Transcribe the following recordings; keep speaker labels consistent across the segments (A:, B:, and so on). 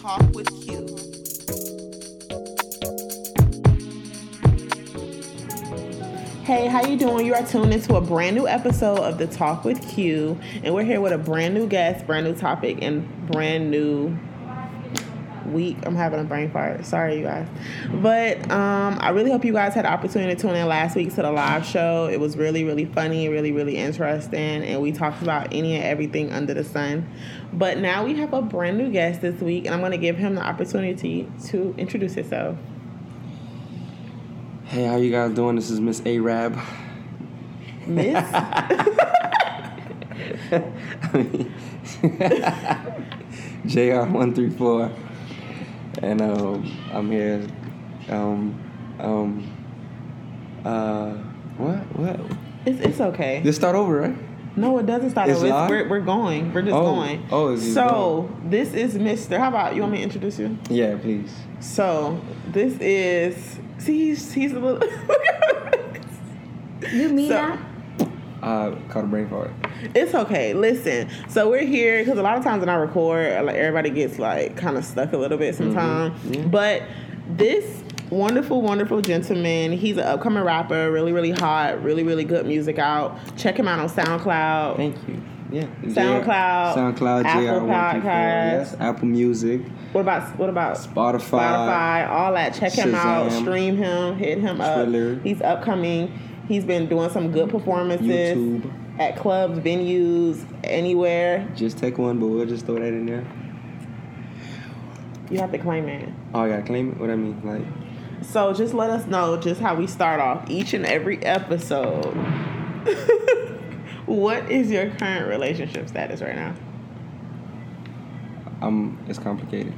A: Talk with Q. Hey, how you doing? You are tuned into a brand new episode of the Talk with Q, and we're here with a brand new guest, brand new topic, and brand new week. I'm having a brain fart. Sorry, you guys. But um, I really hope you guys had the opportunity to tune in last week to the live show. It was really, really funny, really, really interesting, and we talked about any and everything under the sun. But now we have a brand new guest this week, and I'm going to give him the opportunity to introduce himself.
B: Hey, how you guys doing? This is Miss Arab.
A: Miss?
B: JR134. And um, I'm here. Um, um, uh, what? What?
A: it's, it's okay.
B: Just start over, right?
A: No, it doesn't start
B: It's
A: over. It's-
B: live?
A: We're, we're going. We're just
B: Oh.
A: going.
B: Oh, it's just
A: so this is Mr. How about you want me to introduce you?
B: Yeah, please.
A: So this is see he's he's a little
C: You mean
A: So-
C: that?
B: Uh, caught a brain fart.
A: It's okay. Listen. So we're here because a lot of times when I record, like everybody gets like kind of stuck a little bit sometimes.
B: Mhm. Yeah.
A: But this wonderful, wonderful gentleman, he's an upcoming rapper, really, really hot, really, really good music out. Check him out on SoundCloud.
B: Thank you. Yeah.
A: SoundCloud,
B: SoundCloud,
A: Apple
B: JR134.
A: Podcast.
B: Yes. Apple Music,
A: What about what about
B: Spotify.
A: Spotify, all that. Check him out,
B: Shazam.
A: stream him, hit him up.
B: Thriller.
A: He's upcoming. He's been doing some good performances
B: YouTube.
A: at clubs, venues, anywhere.
B: Just take one, but we'll just throw that in there.
A: You have to claim it.
B: Oh, I gotta claim it? What I mean? Like,
A: So just let us know just how we start off each and every episode. what is your current relationship status right now?
B: I'm, it's complicated.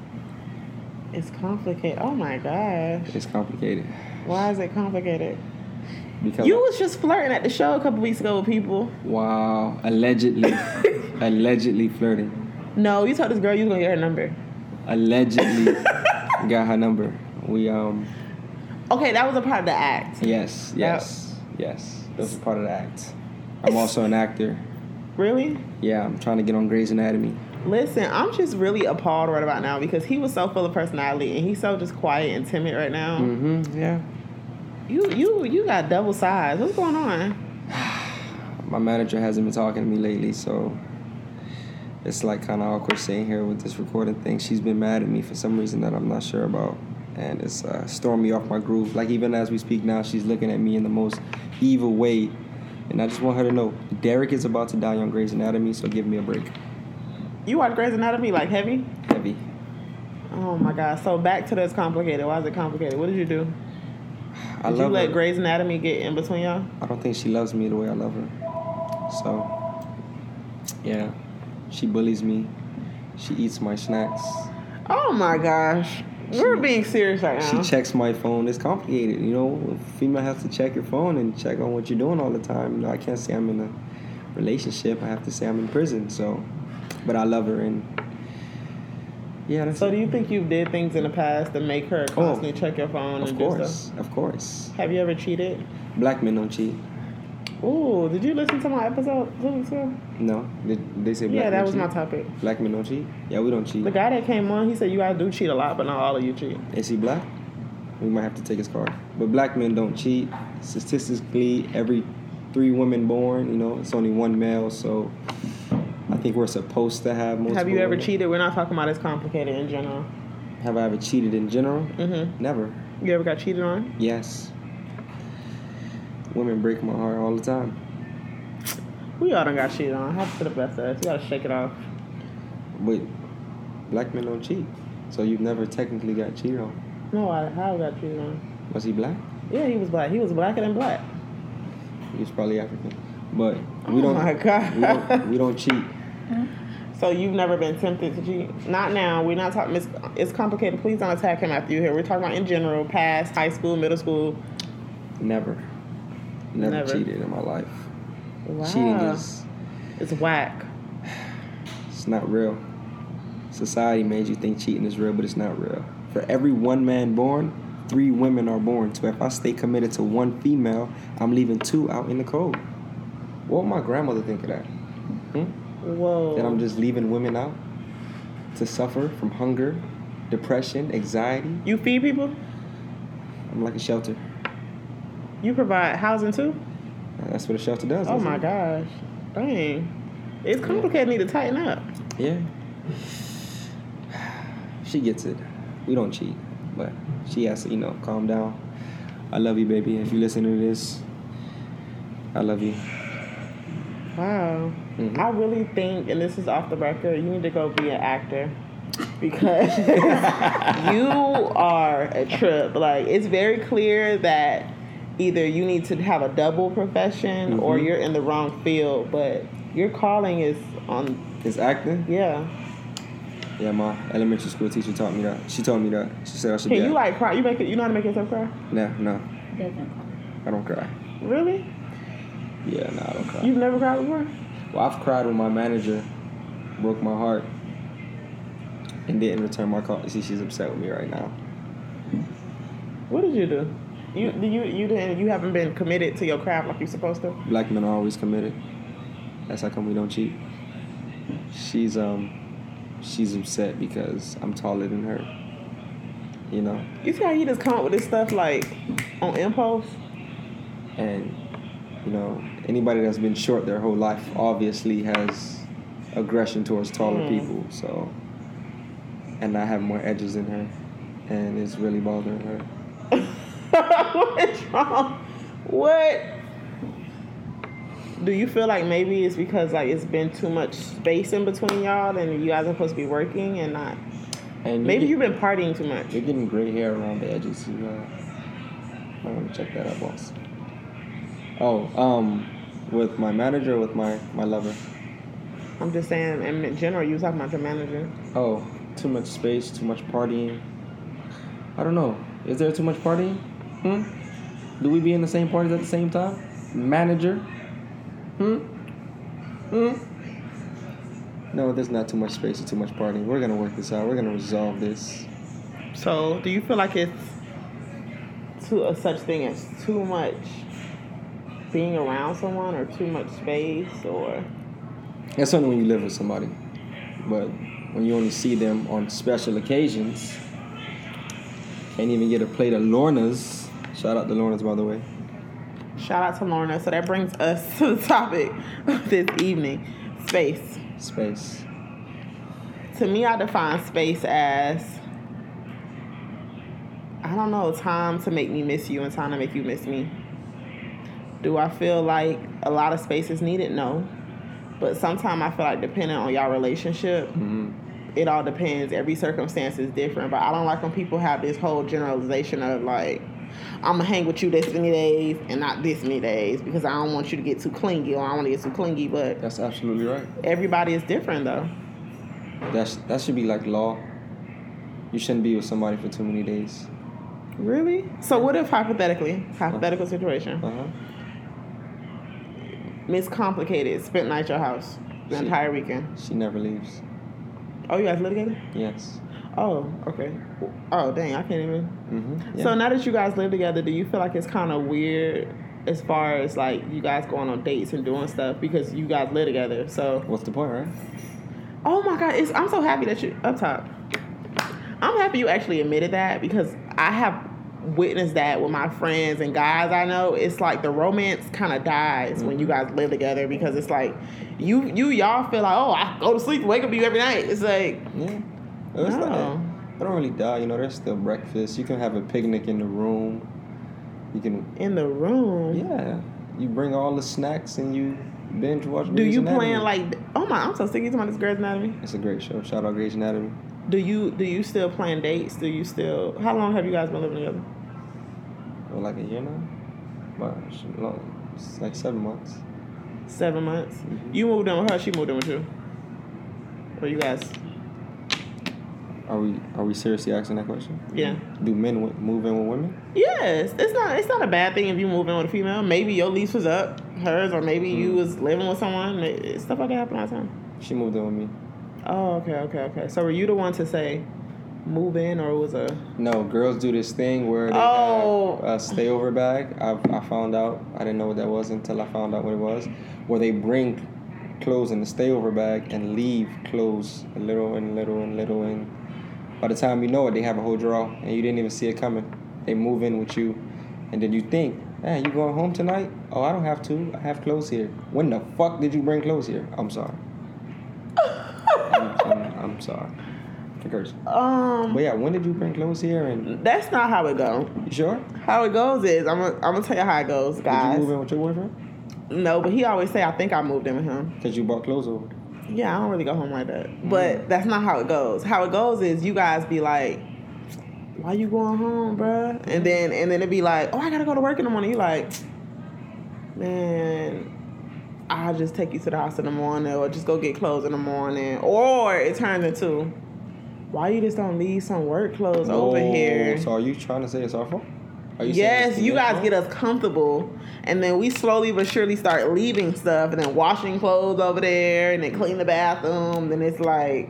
A: It's complicated. Oh my gosh.
B: It's complicated.
A: Why is it complicated?
B: Because
A: You was just flirting at the show a couple weeks ago with people.
B: Wow, allegedly, allegedly flirting,
A: No, you told this girl you was gonna get her number.
B: allegedly got her number. We um,
A: Okay, that was a part of the act.
B: yes, yes, yes. That's part of the act. I'm also an actor.
A: Really?
B: Yeah, I'm trying to get on Grey's Anatomy.
A: Listen, I'm just really appalled right about now because he was so full of personality and he's so just quiet and timid right now.
B: Mm-hmm. Yeah.
A: You you you got double sides. What's going on?
B: My manager hasn't been talking to me lately, so it's like kind of awkward sitting here with this recording thing. She's been mad at me for some reason that I'm not sure about, and it's uh, stormed me off my groove. Like even as we speak now, she's looking at me in the most evil way, and I just want her to know Derek is about to die on Grey's Anatomy, so give me a break.
A: You watch Grey's Anatomy like heavy?
B: Heavy.
A: Oh my god. So back to this complicated. Why is it complicated? What did you do?
B: I
A: Did
B: love
A: you let
B: her.
A: Grey's Anatomy get in between y'all?
B: I don't think she loves me the way I love her. So, yeah, she bullies me. She eats my snacks.
A: Oh my gosh. We're being serious right
B: She
A: now.
B: checks my phone. It's complicated, you know. A female has to check your phone and check on what you're doing all the time. You know, I can't say I'm in a relationship. I have to say I'm in prison. So, but I love her and yeah. That's
A: so
B: it.
A: do you think you did things in the past to make her constantly check your phone
B: Oh, of
A: and do stuff?
B: course, of course.
A: Have you ever cheated?
B: Black men don't cheat.
A: Ooh, did you listen to my episode two weeks ago?
B: No, did they say black
A: Yeah, that
B: men
A: was
B: cheat?
A: my topic.
B: Black men don't cheat. Yeah, we don't cheat.
A: The guy that came on, he said you guys do cheat a lot, but not all of you cheat.
B: Is he black? We might have to take his card. But black men don't cheat. Statistically, every three women born, you know, it's only one male. So I think we're supposed to have multiple.
A: Have you ever
B: women.
A: cheated? We're not talking about it's complicated in general.
B: Have I ever cheated in general?
A: Mm-hmm.
B: Never.
A: You ever got cheated on?
B: Yes. Women break my heart all the time.
A: We all done got cheated on. Have to the best of us. You gotta shake it off.
B: But black men don't cheat. So you've never technically got cheated on.
A: No, I how I got cheated on.
B: Was he black?
A: Yeah, he was black. He was blacker than black.
B: He was probably African. But we
A: Oh
B: don't.
A: my God.
B: We don't, we don't cheat.
A: So you've never been tempted to cheat? Not now. We're not talking. It's, it's complicated. Please don't attack him after you here. We're talking about in general, past high school, middle school.
B: Never. Never,
A: Never.
B: cheated in my life.
A: Wow,
B: Cheating is
A: it's whack.
B: it's not real. Society made you think cheating is real, but it's not real. For every one man born, three women are born. So if I stay committed to one female, I'm leaving two out in the cold. What would my grandmother think of that? Hmm?
A: Whoa.
B: That I'm just leaving women out to suffer from hunger, depression, anxiety.
A: You feed people?
B: I'm like a shelter.
A: You provide housing too?
B: That's what a shelter does.
A: Oh
B: isn't
A: my
B: it?
A: gosh. Dang. It's complicated. Need to tighten up.
B: Yeah. She gets it. We don't cheat, but she has to, you know, calm down. I love you, baby. If you listen to this, I love you.
A: Wow.
B: Mhm.
A: I really think, and this is off the record, you need to go be an actor because you are a trip. Like, it's very clear that either you need to have a double profession or
B: Mhm.
A: you're in the wrong field, but your calling is on,
B: Is acting?
A: yeah.
B: Yeah, my elementary school teacher taught me that. She told me that. She said I should
A: Can
B: be.
A: you
B: act-
A: like cry? You make it, you know how to make yourself cry?
B: No, no,
C: Doesn't.
B: I don't cry.
A: Really?
B: Yeah, no, I don't cry.
A: You've never cried before?
B: Well, I've cried when my manager broke my heart and didn't return my call. See, she's upset with me right now.
A: What did you do? You do you you didn't you haven't been committed to your craft like you're supposed to.
B: Black men are always committed. That's how come we don't cheat. She's um, she's upset because I'm taller than her. You know,
A: You see how you just come up with this stuff like on impulse.
B: and you know anybody that's been short their whole life obviously has aggression towards taller
A: Mm.
B: people. So, and I have more edges than her, and it's really bothering her.
A: What's wrong? What? Do you feel like maybe it's because like it's been too much space in between y'all and you guys are supposed to be working and not?
B: And
A: Maybe
B: get-
A: you've been partying too much.
B: You're getting gray hair around the edges. You uh, might want to check that out, boss. Oh, um, with my manager, or with my my lover.
A: I'm just saying. In general, you was talking about your manager.
B: Oh, too much space, too much partying. I don't know. Is there too much partying? Hmm. Do we be in the same parties at the same time? Manager. Hmm. Hmm. No, there's not too much space or too much partying. We're gonna work this out. We're gonna resolve this.
A: So, do you feel like it's too a such thing as too much being around someone or too much space or
B: That's only when you live with somebody. But when you only see them on special occasions, can't even get a plate of Lorna's. Shout out to Lorna's, by the way.
A: shout out to Lorna. So that brings us to the topic of this evening, space.
B: Space.
A: To me, I define space as I don't know, time to make me miss you and time to make you miss me. Do I feel like a lot of space is needed? No. But sometimes I feel like depending on y'all relationship, it all depends. Every circumstance is different. But I don't like when people have this whole generalization of like, I'm gonna hang with you this many days and not this many days because I don't want you to get too clingy or I want to get too clingy. But
B: That's absolutely right.
A: everybody is different though.
B: That's that should be like law. You shouldn't be with somebody for too many days.
A: Really? So what if hypothetically, hypothetical situation,
B: Uh huh.
A: Miss Complicated spent night at your house the
B: She-
A: entire weekend?
B: She never leaves.
A: Oh, you guys live together?
B: Yes.
A: Oh, okay. Oh, dang, I can't even.
B: Mm-hmm.
A: So now that you guys live together, do you feel like it's kind of weird as far as like you guys going on dates and doing stuff because you guys live together? So,
B: What's the point, right?
A: oh my God, it's, I'm so happy that you up top. I'm happy you actually admitted that because I have witnessed that with my friends and guys I know. It's like the romance kind of dies when you guys live together because it's like you you y'all feel like oh I go to sleep wake up to you every night. It's like
B: Yeah. It was like
A: No.
B: I don't really die. You know, there's still breakfast. You can have a picnic in the room. You can
A: in the room.
B: Yeah, you bring all the snacks and you binge watch.
A: Do
B: Grey's
A: you
B: Anatomy.
A: plan like oh my I'm so sick of talking about this Grey's Anatomy.
B: It's a great show. Shout out Grey's Anatomy.
A: Do you do you still plan dates? Do you still how long have you guys been living together?
B: For like a year now, but it's long- it's like seven months.
A: Seven months.
B: Mhm.
A: You moved in with her, she moved in with you. Or you guys
B: Are we are we seriously asking that question?
A: yeah.
B: Do men w- move in with women?
A: Yes, it's not it's not a bad thing if you move in with a female. Maybe your lease was up, hers, or maybe you
B: Mm-hmm.
A: was living with someone. It- Stuff like that happened all the time.
B: She moved in with me.
A: Oh, okay, okay, okay. So were you the one to say move in, or was a
B: No, girls do this thing where they
A: Oh.
B: have a stayover bag. I, I found out. I didn't know what that was until I found out what it was. Where they bring clothes in the stayover bag and leave clothes a little and little and little and By the time you know it, they have a whole draw, and you didn't even see it coming. They move in with you, and then you think, "Man, you going home tonight? Oh, I don't have to. I have clothes here. When the fuck did you bring clothes here? I'm sorry. I'm, I'm, I'm sorry. For cursing.
A: Um,
B: But yeah, when did you bring clothes here? And
A: that's not how it goes.
B: you sure?
A: How it goes is I'm gonna I'm gonna tell you how it goes,
B: Did you
A: guys.
B: move in with your boyfriend?
A: No, but he always say I think I moved in with him.
B: Cause you bought clothes over.
A: Yeah, I don't really go home like that. But that's not how it goes. How it goes is you guys be like, "Why you going home, bruh? And then and then it be like, "Oh, I gotta go to work in the morning." You like, man. I'll just take you to the house in the morning, or just go get clothes in the morning, or it turns into, why you just don't leave some work clothes over
B: Whoa,
A: here?
B: Oh, So are you trying to say it's our fault? Are saying it's
A: Yes,
B: the
A: you
B: man's
A: guys
B: fault?
A: get us comfortable, and then we slowly but surely start leaving stuff, and then washing clothes over there, and then clean the bathroom. Then it's like,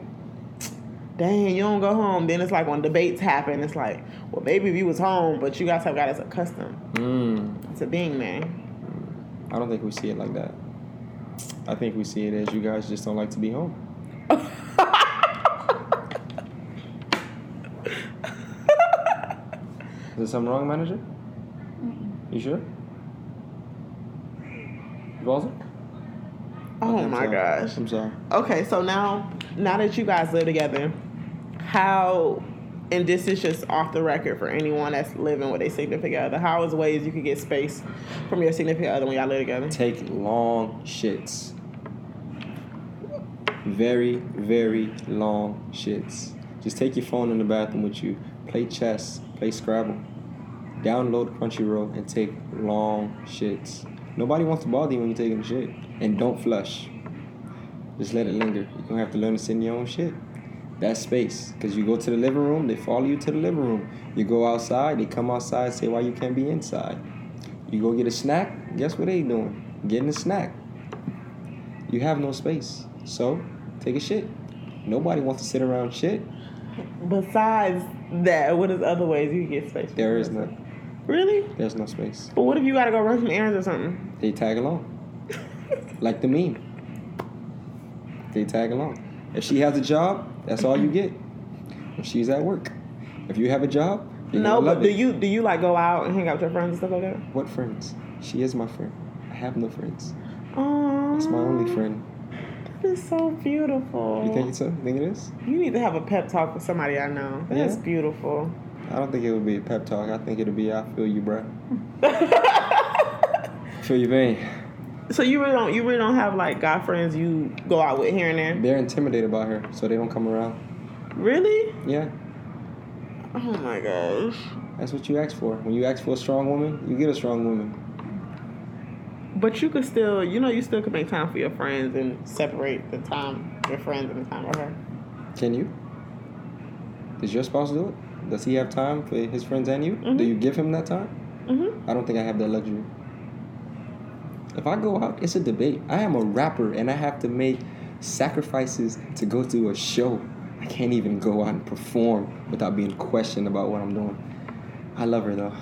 A: dang, you don't go home. Then it's like when debates happen, it's like, well, baby, we was home, but you guys have got us accustomed
B: Mm,
A: to being there.
B: I don't think we see it like that. I think we see it as you guys just don't like to be home. Is there something wrong, manager? You sure? You wasn't?
A: Oh
B: Okay, I'm
A: my
B: sorry.
A: gosh.
B: I'm sorry.
A: Okay, so now, now that you guys live together, how? And this is just off the record for anyone that's living with a significant other. How is ways you could get space from your significant other when y'all live together?
B: Take long shits. Very, very long shits. Just take your phone in the bathroom with you. Play chess. Play Scrabble. Download Crunchyroll and take long shits. Nobody wants to bother you when you're taking a shit. And don't flush. Just let it linger. You're gonna have to learn to sit in your own shit. That's space. Cause you go to the living room, they follow you to the living room. You go outside, they come outside, say why you can't be inside. You go get a snack, guess what they doing? Getting a snack. You have no space. So take a shit. Nobody wants to sit around shit.
A: Besides that, what is other ways you can get space? from
B: There is
A: yourself?
B: none.
A: Really?
B: There's no space.
A: But what if you gotta go run some errands or something?
B: They tag along. like the meme. They tag along. If she has a job, that's all you get. If she's at work. If you have a job, you're
A: no,
B: gonna love
A: but do
B: it.
A: you do you like go out and hang out with your friends and stuff like that?
B: What friends? She is my friend. I have no friends.
A: Oh,
B: That's my only friend.
A: That is so beautiful.
B: You think it's so? You think it is?
A: You need to have a pep talk with somebody I know.
B: Yeah.
A: That's beautiful.
B: I don't think it would be a pep talk. I think it'll be I feel you, bruh. feel you, vein.
A: So you really don't you really don't have like guy friends you go out with here and there.
B: They're intimidated by her, so they don't come around.
A: Really?
B: Yeah,
A: Oh my gosh.
B: that's what you ask for. When you ask for a strong woman, you get a strong woman.
A: But you could still you know you still could make time for your friends and separate the time your friends and the time for her.
B: Can you? Does your spouse do it? Does he have time for his friends and you? Do
A: Mhm.
B: you give him that time?
A: Mm-hmm.
B: I don't think I have that luxury. If I go out, it's a debate. I am a rapper and I have to make sacrifices to go to a show. I can't even go out and perform without being questioned about what I'm doing. I love her though.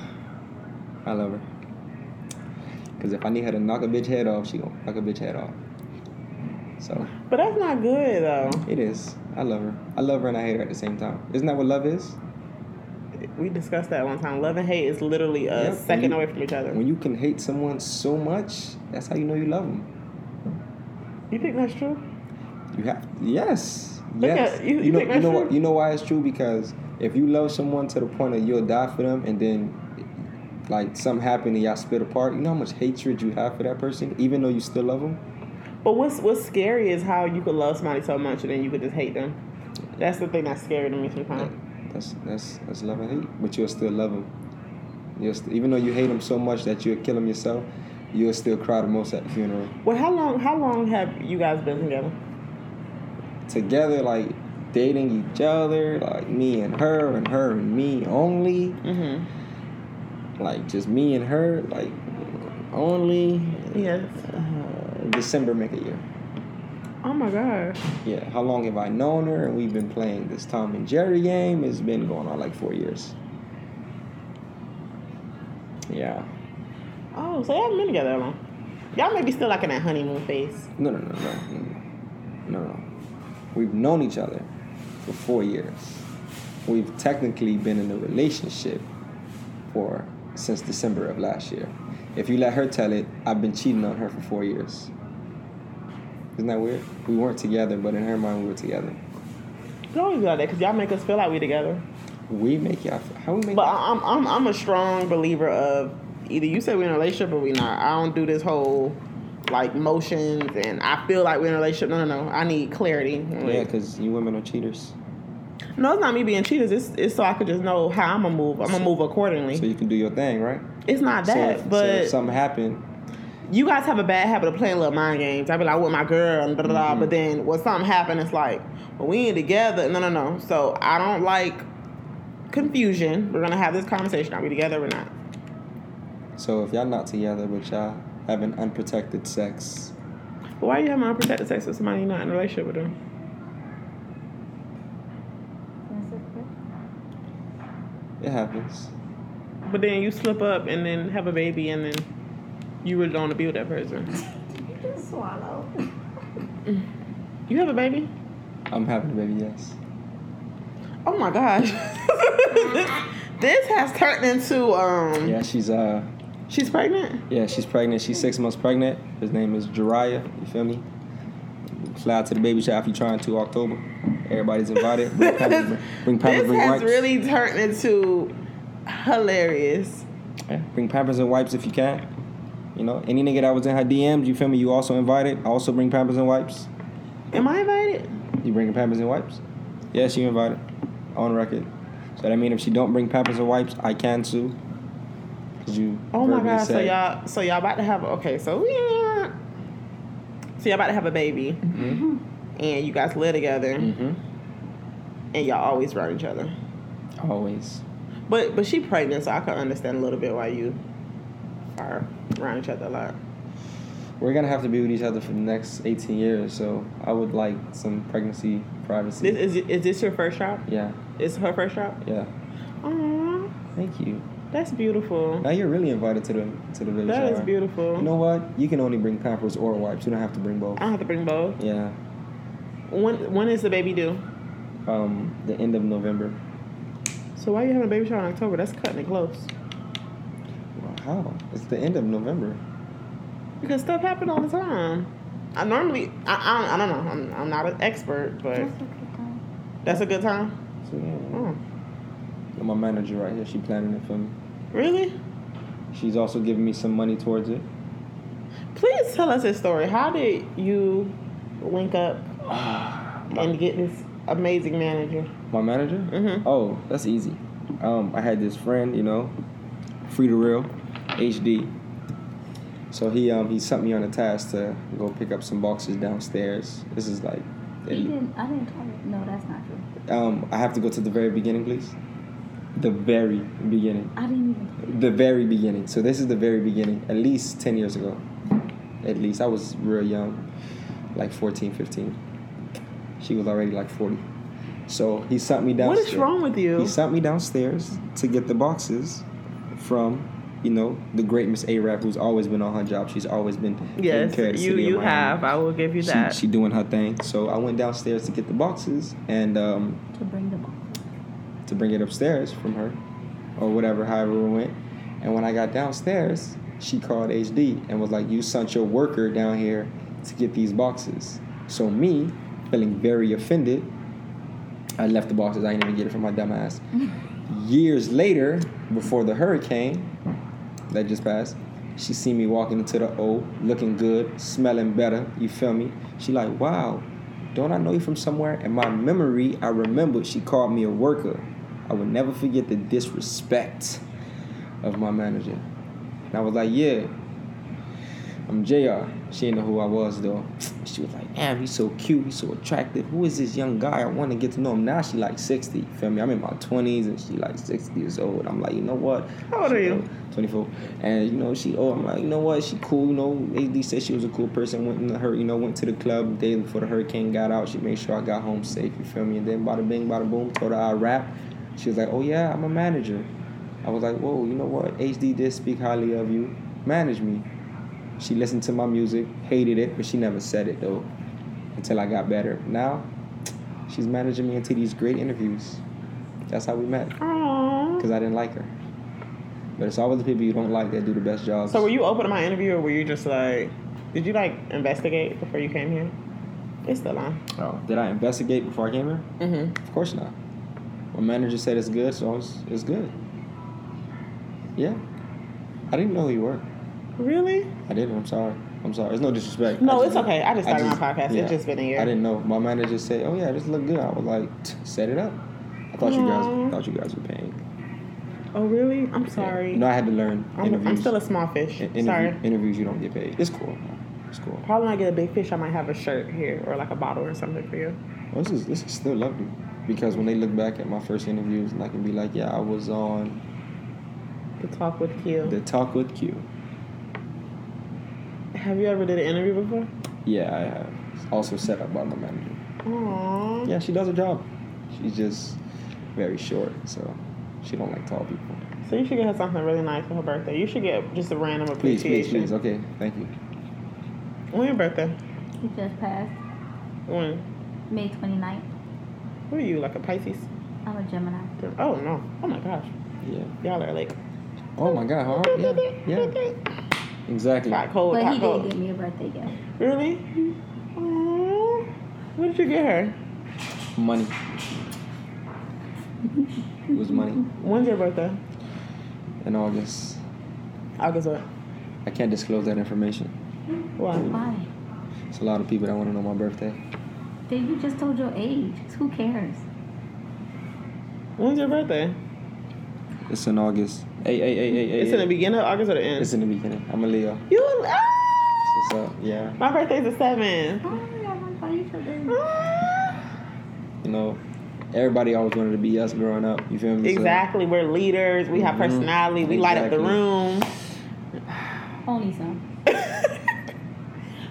B: I love her. Cause if I need her to knock a bitch head off, she gonna knock a bitch head off. So
A: But that's not good though.
B: it is. I love her. I love her and I hate her at the same time. Isn't that what love is?
A: We discussed that one time. Love and hate is literally a
B: Yeah, when
A: second
B: you-
A: away from each other.
B: When you can hate someone so much, that's how you know you love them.
A: You think that's true?
B: You have yes,
A: Look
B: yes.
A: at- you- you
B: know,
A: think
B: you know,
A: that's
B: why-
A: true?
B: you know why it's true because if you love someone to the point of you'll die for them, and then like something happened and y'all split apart, you know how much hatred you have for that person, even though you still love them.
A: But what's what's scary is how you could love somebody so much and then you could just hate them. That's the thing that's scary to me sometimes.
B: That's that's that's love and hate, but you'll still love them. You'll st- even though you hate them so much that you'll kill them yourself, you'll still cry the most at the funeral.
A: Well, how long how long have you guys been together?
B: Together, like dating each other, like me and her, and her and me only.
A: Mm-hmm.
B: like just me and her, like only
A: Yes. Uh-huh.
B: uh, December make a year.
A: Oh my gosh.
B: Yeah, how long have I known her? And we've been playing this Tom and Jerry game. It's been going on like four years. Yeah.
A: Oh, so y'all haven't been together that long. Y'all may be still like in that honeymoon phase.
B: No, no, no, no, no, no, no. We've known each other for four years. we've technically been in a relationship for since December of last year. If you let her tell it, I've been cheating on her for four years. Isn't that weird? We weren't together, but in her mind, we were together.
A: Don't always do that because y'all make us feel like we together.
B: We make y'all. feel- How we make?
A: But I- I'm I'm I'm a strong believer of either you say we're in a relationship or we not. I don't do this whole like motions and I feel like we're in a relationship. No, no, no. I need clarity.
B: yeah, because you women are cheaters.
A: No, it's not me being cheaters. It's, it's so I could just know how I'm gonna move. I'm gonna move accordingly.
B: So you can do your thing, right?
A: it's not
B: So
A: that,
B: if- so
A: but
B: if something happened,
A: you guys have a bad habit of playing little mind games. I be like, with my girl, and da da da.
B: Mm-hmm.
A: But then when something happened, it's like, well, we ain't together. No, no, no. So I don't like confusion. We're gonna have this conversation. Are we together or not?
B: so if y'all not together, but y'all having unprotected sex,
A: But why you having unprotected sex with somebody you're not in a relationship with them?
B: it happens.
A: But then you slip up and then have a baby and then you really don't want to be with that person.
C: You can swallow.
A: Mm. You have a baby?
B: I'm having a baby, yes.
A: Oh my gosh. this, this has turned into um
B: Yeah, she's uh,
A: she's pregnant?
B: yeah, she's pregnant. She's six months pregnant. His name is Jariah. You feel me? Fly out to the baby shower if you're trying to October. Everybody's invited. Bring
A: this
B: Pamela, bring, Pamela,
A: this
B: bring
A: has
B: wipes.
A: really turned into hilarious.
B: Yeah, Bring Pampers and wipes if you can. You know, any nigga that was in her DMs, you feel me? You also invited. Also bring Pampers and wipes.
A: Am I invited?
B: You bringing Pampers and wipes? Yes, you invited. On record. So that mean if she don't bring Pampers and wipes, I can sue. Cause you.
A: Oh my
B: verbally
A: god, so
B: said-
A: y'all so y'all about to have okay, so yeah. So y'all about to have a baby
B: Mm. Hmm?
A: and you guys live together
B: Mhm.
A: Mm-hmm. and y'all always around each other.
B: Always.
A: But but she pregnant, so I can understand a little bit why you are around each other a lot.
B: We're gonna have to be with each other for the next 18 years, so I would like some pregnancy privacy.
A: This is is this your first shop?
B: yeah,
A: Is her first shop?
B: yeah.
A: Aw,
B: Thank you.
A: that's beautiful.
B: Now you're really invited to the to the village.
A: That is
B: shower.
A: beautiful.
B: You know what? You can only bring Pampers or wipes. You don't have to bring both.
A: I don't have to bring both.
B: Yeah.
A: When when is the baby due?
B: um, the end of November.
A: So why you having a baby shower in October? That's cutting it close.
B: Well, How? It's the end of November.
A: Because stuff happens all the time. I normally I I don't, I don't know. I'm I'm not an expert, but
C: That's okay, Tom.
A: that's a good time.
B: So yeah,
A: Oh,
B: my manager right here. She planning it for me.
A: really?
B: She's also giving me some money towards it.
A: Please tell us this story. How did you link up and get this amazing manager?
B: My manager?
A: Mhm.
B: Oh, that's easy. Um, I had this friend, you know, free to real, HD. So he um he sent me on a task to go pick up some boxes downstairs. This is like,
C: You didn't, I didn't call it. No, that's not true.
B: um, I have to go to the very beginning, please. The very beginning.
C: I didn't even.
B: the very beginning. So this is the very beginning, at least 10 years ago. At least I was real young, like 14, 15. She was already like 40. So he sent me
A: What
B: downstairs.
A: is wrong with you?
B: He sent me downstairs to get the boxes from, you know, the great Miss Arab, who's always been on her job. She's always been taking
A: Yes,
B: care of the
A: you
B: city of
A: you
B: Miami.
A: have. I will give you that.
B: She, she doing her thing. So I went downstairs to get the boxes and um,
C: To bring them on.
B: to bring it upstairs from her or whatever, however we went. And when I got downstairs, she called HD and was like, You sent your worker down here to get these boxes. So, me, feeling very offended, I left the boxes. I didn't even get it from my dumbass. Years later, before the hurricane that just passed, she seen me walking into the O, looking good, smelling better. You feel me? She like, wow, don't I know you from somewhere? In my memory, I remembered she called me a worker. I would never forget the disrespect of my manager. And I was like, yeah, I'm JR. She didn't know who I was though. She was like, damn, he's so cute, he's so attractive. Who is this young guy? I want to get to know him. Now she like 60. you Feel me? I'm in my 20s and she like 60 years old. I'm like, you know what?
A: How old
B: She
A: are you?
B: old. 24. And you know, she oh I'm like, you know what, she cool, you know, AD said she was a cool person, went in the her you know, went to the club the day before the hurricane got out. She made sure I got home safe, you feel me? And then bada bing, bada boom, told her I rap. She was like, Oh yeah, I'm a manager. I was like, Whoa, you know what? HD did speak highly of you. Manage me. She listened to my music, hated it, but she never said it though. Until I got better. Now, she's managing me into these great interviews. That's how we met.
A: Aww.
B: Because I didn't like her. But it's always the people you don't like that do the best jobs.
A: So were you open to my interview, or were you just like, did you like investigate before you came here? It's still on.
B: Oh, did I investigate before I came here?
A: Mm-hmm.
B: Of course not. My manager said it's good, so it's, it's good. Yeah. I didn't know who you were.
A: Really?
B: I didn't. I'm sorry. I'm sorry. It's no disrespect.
A: No,
B: I
A: it's okay. I just started my podcast. It's
B: yeah.
A: just been a year.
B: I didn't know. My manager said, "Oh yeah, this look good." I was like, "Tch, "Set it up." I thought you
A: Aw.
B: guys thought you guys were paying.
A: Oh, really? I'm sorry.
B: Yeah. No, I had to learn
A: I'm,
B: interviews.
A: I'm still a small fish.
B: In- interview-
A: Sorry.
B: Interviews, you don't get paid. It's cool. man. It's cool.
A: Probably when I get a big fish, I might have a shirt here or like a bottle or something for you.
B: Well, this is this is still lovely because when they look back at my first interviews and I can be like, "Yeah, I was on
A: To talk with Q.
B: the Talk with Q."
A: Have you ever did an interview before?
B: Yeah, I have. It's also set up by my manager.
A: Aww.
B: Yeah, she does her job. She's just very short, so she don't like tall people.
A: So you should get her something really nice for her birthday. You should get just a random
B: Please, please,
A: appreciation.
B: please. Okay, thank you.
A: When your birthday?
C: It just passed
A: When?
C: May 29th.
A: Who are you? Like a Pisces?
C: I'm a Gemini.
A: Oh no! Oh my gosh!
B: Yeah.
A: Y'all are like
B: Oh my God. Huh? Yeah. Yeah. Exactly.
A: hot cold,
C: But
A: hot
C: he did
A: cold.
C: give me a birthday gift.
A: Really? Aww. What did you get her?
B: Money. It was money
A: When's your birthday?
B: in August.
A: August what?
B: I can't disclose that information.
A: Why?
C: Why?
B: It's a lot of people that want to know my birthday.
C: Then you just told your age. Who cares?
A: When's your birthday?
B: It's in August. Hey, hey, hey, hey, hey.
A: It's in the
B: hey.
A: beginning of August or the end?
B: It's in the beginning. I'm a Leo.
A: you. Ah!
B: What's up? Yeah.
A: My birthday's the seventh.
C: Oh, my God, my body so big.
A: Ah!
B: You know, everybody always wanted to be us growing up. You feel me? So,
A: Exactly. We're leaders. We have
B: Mhm.
A: personality. We light up the
B: Exactly.
A: room.
C: Only some.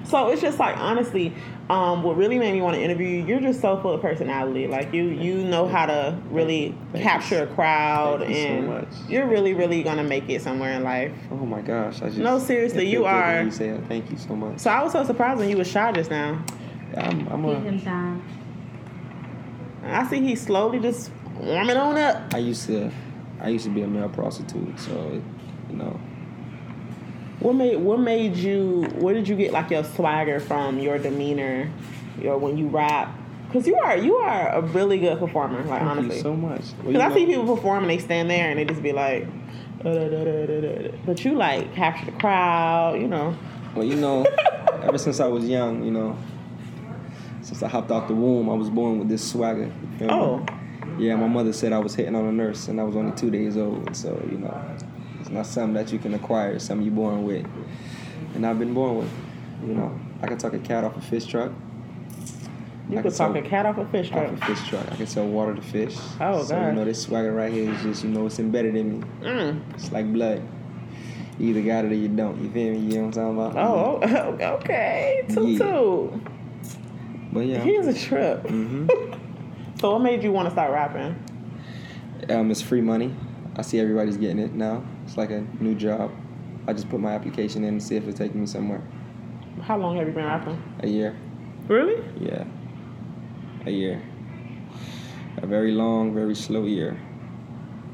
A: So it's just like honestly, um, what really made me want to interview you, you're just so full of personality. Like you you know how to really
B: Thank you.
A: capture a crowd
B: Thank you so
A: and
B: much.
A: you're really, really gonna make it somewhere in life.
B: oh my gosh. I just,
A: No, seriously,
B: it
A: you
B: feels good when
A: are-
B: You say that. Thank you so much.
A: So I was so surprised when you was shy just now.
B: I'm, I'm
C: Give
B: a,
C: him time.
A: I see he slowly just warming on up.
B: I used to, I used to be a male prostitute. So, it, you know,
A: What made what made you where did you get like your swagger from, your demeanor, your when you rap? Cause you are you are a really good performer, like
B: thank
A: honestly.
B: you so much. Well, you
A: Because I
B: know-
A: see people perform and they stand there and they just be like, "Uh, da, da, da, da, da, da." but you like capture the crowd, you know.
B: Well, you know, ever since I was young, you know, since I hopped out the womb, I was born with this swagger. you feel me?
A: Oh.
B: Yeah, my mother said I was hitting on a nurse, and I was only two days old. and So, you know, it's not something that you can acquire. It's something you're born with, and I've been born with. You know, I can talk a cat off a fish truck.
A: You
B: I
A: could
B: can
A: talk
B: tell-
A: a cat off a fish
B: Off
A: truck.
B: a fish truck. I can sell water to fish.
A: Oh,
B: so,
A: God.
B: you know, this swagger right here is just, you know, it's embedded in me.
A: Mm.
B: It's like blood. You either got it or you don't. You feel me? You know what I'm talking about?
A: Oh, okay. Toot
B: Yeah.
A: toot.
B: But yeah.
A: Here's a trip.
B: hmm
A: So, what made you want to start rapping?
B: Um, it's free money. I see everybody's getting it now. It's like a new job. I just put my application in and see if it's taking me somewhere.
A: How long have you been rapping?
B: A year.
A: Really?
B: Yeah. A year. A very long, very slow year.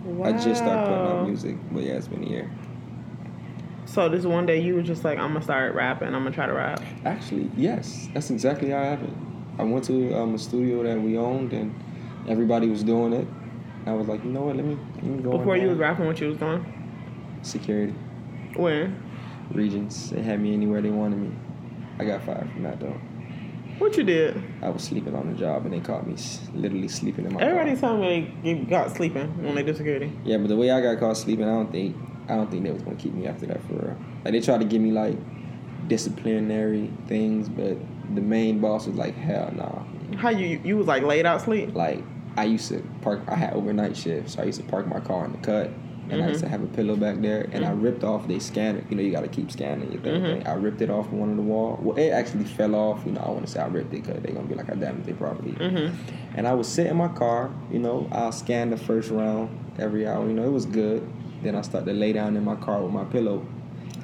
A: Wow.
B: I just started putting out music, but yeah, it's been a year.
A: So this one day you were just like, I'm gonna start rapping. I'm gonna try to rap.
B: Actually, yes, that's exactly how it happened. I went to um, a studio that we owned, and everybody was doing it. I was like, you know what? Let me, let me go. in
A: Before you
B: there.
A: was rapping, what you was doing?
B: security
A: When?
B: regents, they had me anywhere they wanted me. I got fired from that though.
A: What you did?
B: I was sleeping on the job and they caught me s- literally sleeping in my
A: Everybody
B: car.
A: told me they you got sleeping when they did security.
B: Yeah, but the way I got caught sleeping, I don't think I don't think they was gonna keep me after that for real. Like they tried to give me like disciplinary things, but the main boss was like, hell nah.
A: How you you was like laid out sleep?
B: Like I used to park. I had overnight shifts, so I used to park my car in the cut. And I used to have a pillow back there, and I ripped off. They scanned it. You know, you got to keep scanning your thing. I ripped it off one of the wall. Well, it actually fell off. You know, I want to say I ripped it because they're gonna be like I damaged it property. And I would sit in my car, you know, I'll scan the first round every hour, you know, it was good. Then I started to lay down in my car with my pillow.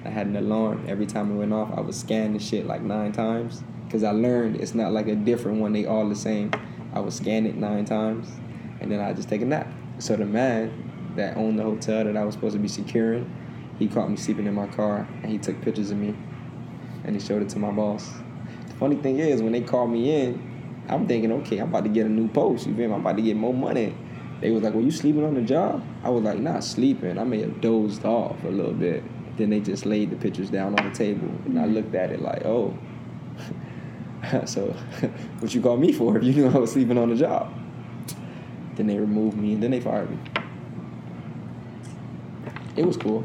B: I had an alarm. Every time it went off, I would scan the shit like nine times. Cause I learned it's not like a different one, they all the same. I would scan it nine times and then I just take a nap. So the man that owned the hotel that I was supposed to be securing, he caught me sleeping in my car and he took pictures of me and he showed it to my boss. The funny thing is, when they called me in, I'm thinking, okay, I'm about to get a new post. You feel me? I'm about to get more money. They was like, "Were you sleeping on the job?" I was like, "Not sleeping. I may have dozed off a little bit." Then they just laid the pictures down on the table, and I looked at it like, "Oh, so what you called me for if you knew I was sleeping on the job?" Then they removed me, and then they fired me. It was cool.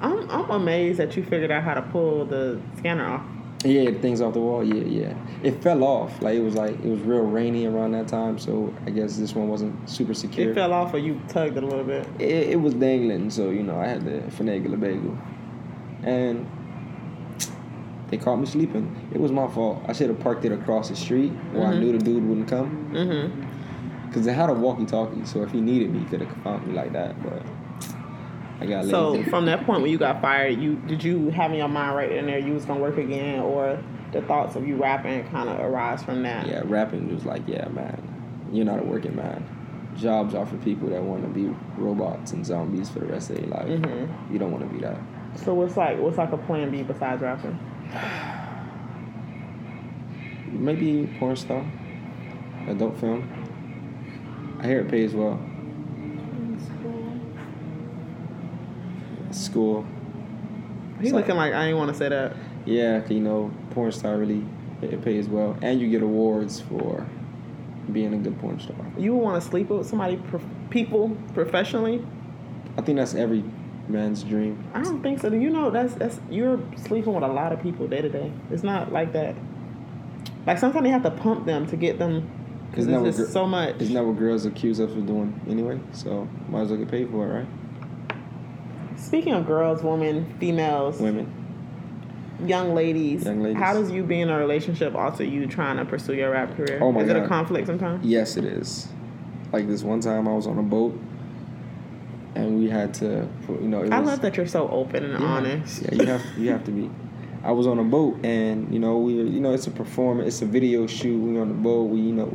A: I'm I'm amazed that you figured out how to pull the scanner off.
B: Yeah, the things off the wall. Yeah, yeah. It fell off. Like it was like it was real rainy around that time, so I guess this one wasn't super secure.
A: It fell off, or you tugged it a little bit.
B: it, it was dangling, so you know I had to finagle a bagel, and they caught me sleeping. It was my fault. I should have parked it across the street where I knew the dude wouldn't come,
A: Mm-hmm.
B: because they had a walkie-talkie. So if he needed me, he could have found me like that. But I got
A: So
B: lazy.
A: from that point when you got fired, you did you have in your mind right in there you was gonna work again, or the thoughts of you rapping kind of arise from that?
B: yeah, rapping was like, yeah, man, you're not a working man. Jobs are for people that want to be robots and zombies for the rest of their life.
A: Mhm.
B: You don't want to be that.
A: So what's like what's like a plan B besides rapping?
B: Maybe porn star, adult film. I hear it pays well. School,
A: He
B: So-
A: looking like I didn't want to say that.
B: yeah, 'cause, you know, porn star really it it pays well, and you get awards for being a good porn star.
A: You want to sleep with somebody, prof- people professionally?
B: I think that's every man's dream.
A: I don't think so. You know, that's that's you're sleeping with a lot of people day to day. It's not like that. Like sometimes they have to pump them to get them because
B: Isn't that
A: it's
B: what
A: just
B: gir-
A: so much.
B: Isn't that what girls accuse us of doing anyway? So might as well get paid for it, right?
A: Speaking of girls, women, females,
B: Women.
A: young ladies,
B: Young ladies.
A: how does you being in a relationship alter you trying to pursue your rap career?
B: Oh my
A: Is it a
B: God.
A: conflict sometimes?
B: Yes, it is. Like this one time, I was on a boat, and we had to, you know, it was,
A: I love that you're so open and
B: Yeah.
A: honest.
B: Yeah, you have you have to be. I was on a boat and you know we were- you know it's a performance, it's a video shoot. We on the boat, we you know,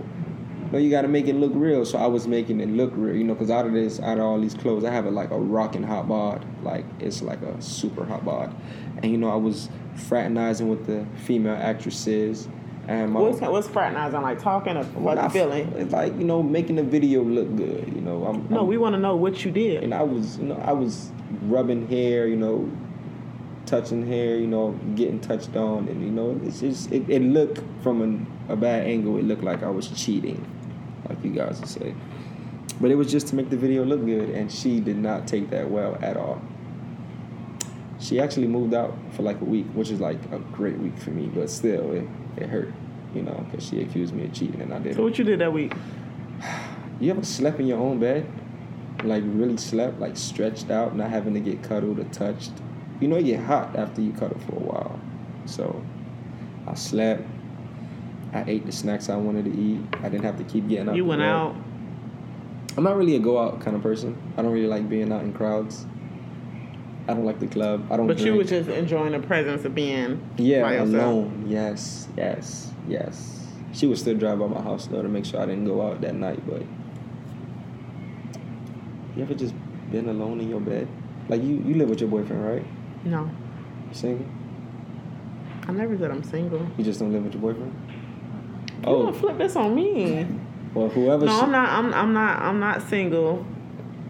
B: no, you got to make it look real. So I was making it look real, you know, because out of this, out of all these clothes, I have a, like a rocking hot bod, like it's like a super hot bod, and you know I was fraternizing with the female actresses and my.
A: What's, what's fraternizing like? Talking or what
B: Not-
A: feeling?
B: It's like you know making the video look good. You know, I'm,
A: No,
B: I'm-
A: we want to know what you did.
B: and I was, you know, I was rubbing hair, you know, touching hair, you know, getting touched on, and you know, it's just it, it looked from an, a bad angle. It looked like I was cheating, like you guys would say. But it was just to make the video look good, and she did not take that well at all. She actually moved out for like a week, which is like a great week for me, but still, it, it hurt, you know, because she accused me of cheating, and I didn't.
A: So what you did that week?
B: You ever slept in your own bed? Like really slept, like stretched out, not having to get cuddled or touched. You know you get hot after you cuddle for a while. So I slept. I ate the snacks I wanted to eat. I didn't have to keep getting up.
A: You
B: to
A: went
B: go.
A: out.
B: I'm not really a go out kind of person. I don't really like being out in crowds. I don't like the club. I don't.
A: But you
B: drink.
A: were just enjoying the presence of being
B: Yeah,
A: by yourself.
B: alone. Yes, yes, yes. She would still drive by my house though to make sure I didn't go out that night. But you ever just been alone in your bed? Like you, you live with your boyfriend, right?
A: No,
B: You single?
A: I never said I'm single.
B: You just don't live with your boyfriend?
A: You
B: Oh,
A: gonna flip this on me?
B: well whoever
A: No,
B: she,
A: I'm not. I'm, I'm not. I'm not single.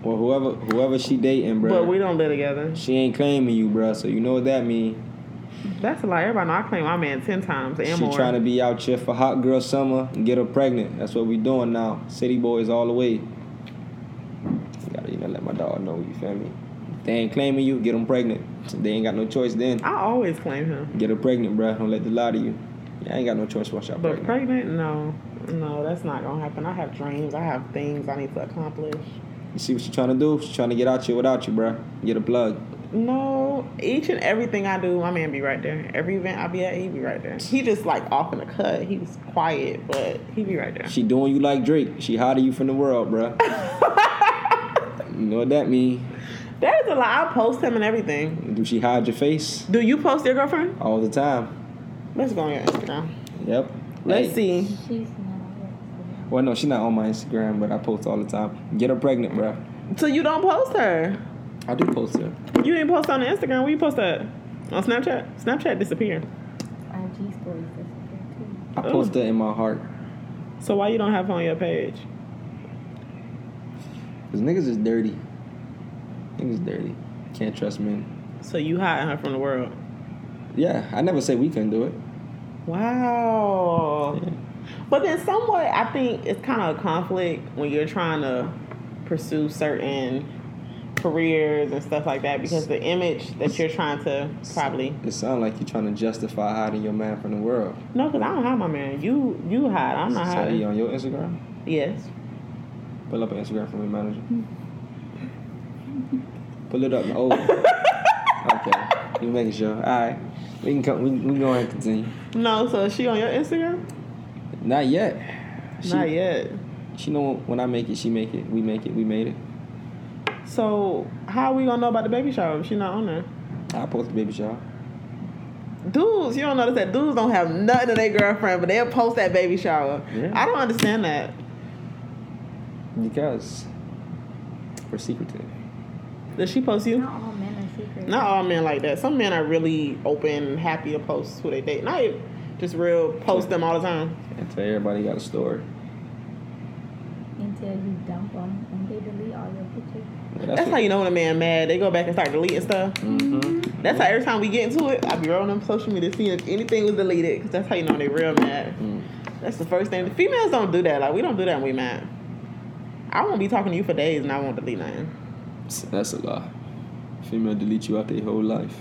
B: well whoever whoever she dating, bruh,
A: But we don't live together.
B: she ain't claiming you, bruh. So you know what that mean?
A: That's a lie. Everybody know I claim my man ten times and
B: She
A: more.
B: trying to be out here for hot girl summer and get her pregnant. That's what we doing now. City boys all the way. You gotta you know let my dog know you feel me. If They ain't claiming you, get them pregnant. They ain't got no choice then.
A: I always claim him.
B: Get her pregnant, bruh. Don't let the lie to you. Yeah, I ain't got no choice once y'all
A: But
B: pregnant.
A: pregnant? No, no, that's not gonna happen. I have dreams. I have things I need to accomplish.
B: you see what she trying to do? She trying to get out here without you, bruh. Get a plug.
A: No, each and everything I do, my man be right there. Every event I be at, he be right there. He just like off in the cut. He was quiet, but he be right there.
B: She doing you like Drake. She hotter you from the world, bruh. you know what that mean?
A: That is a lie. I post him and everything.
B: Do she hide your face
A: Do you post your girlfriend?
B: all the time?
A: Let's go on your Instagram.
B: Yep.
A: Let's
B: Hey.
A: see.
C: She's not.
B: Well, no, she's not on my Instagram, but I post all the time. Get her pregnant, bro.
A: So you don't post her.
B: I do post her.
A: You didn't post on Instagram. Where you post that? On Snapchat? Snapchat disappeared.
C: IG stories disappear too.
B: I post
A: Ooh.
B: her in my heart.
A: So why you don't have her on your page?
B: Cause niggas is dirty. Niggas dirty. Can't trust men.
A: So you hiding her from the world.
B: Yeah, I never say we couldn't do it. Oh.
A: Wow. But then somewhat I think it's kind of a conflict when you're trying to pursue certain careers and stuff like that because the image that you're trying to probably
B: It sounds like you're trying to justify hiding your man from the world.
A: no because I don't hide my man you you hide I'm not
B: so he
A: hiding
B: on your Instagram?
A: yes
B: Pull up an Instagram from your manager.
A: Hmm.
B: Pull it up. Oh. okay. You making sure? All right. We can come. We, we can go ahead and continue.
A: no so is she on your Instagram
B: Not yet. She,
A: not yet
B: She know when I make it, she make it. We make it. We made it.
A: so how are we gonna know about the baby shower if she not on there
B: I post the baby shower.
A: dudes you don't notice that dudes don't have nothing to their girlfriend but they'll post that baby shower
B: Yeah.
A: I don't understand that
B: Because we're secretive.
A: does she post you
C: Not all men are secret.
A: Not all men like that. Some men are really open and happy to post who they date. Not even just real post them all the time.
B: And tell everybody got a story.
C: Until you dump them and they delete all your pictures.
A: That's how you know when a man mad. They go back and start deleting stuff.
B: Mm-hmm.
A: That's how every time we get into it, I be rolling on social media seeing if anything was deleted. Cause that's how you know when they real mad.
B: Mm.
A: That's the first thing. The females don't do that. Like we don't do that when we mad. I won't be talking to you for days and I won't delete nothing.
B: That's a lie. Female delete you out their whole life.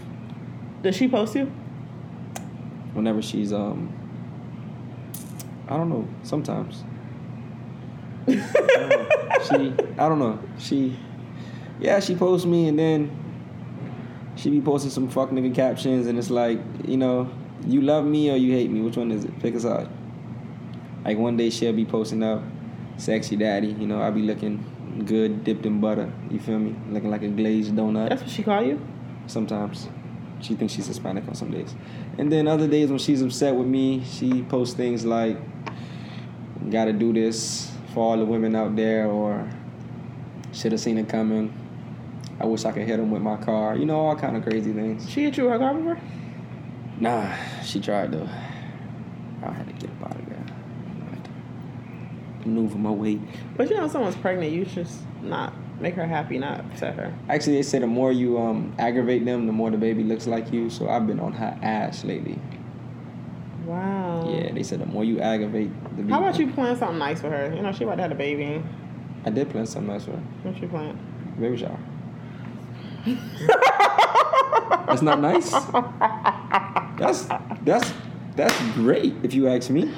A: Does she post you?
B: Whenever she's um, I don't know. Sometimes she, I don't know. She, yeah, she posts me and then she be posting some fuck nigga captions and it's like, you know, you love me or you hate me. Which one is it? Pick a side. Like one day she'll be posting up, sexy daddy. You know, I'll be looking good, dipped in butter. You feel me? Looking like a glazed donut.
A: That's what she call you?
B: sometimes. She thinks she's Hispanic on some days. And then other days when she's upset with me, she posts things like, gotta do this for all the women out there, or should have seen it coming. I wish I could hit him with my car. You know, all kind of crazy things.
A: She hit you with her car before?
B: Nah, she tried though. I had to get up out of there. I had to Maneuver my way.
A: But you know when someone's pregnant, you just not make her happy, not upset her.
B: Actually, they say the more you um, aggravate them, the more the baby looks like you. So I've been on her ass lately.
A: Wow.
B: Yeah, they said the more you aggravate, the
A: How about you plan something nice for her? You know, she about to have a baby.
B: I did plan something nice for her.
A: What you plan?
B: Baby shower. that's not nice. That's that's that's great if you ask me.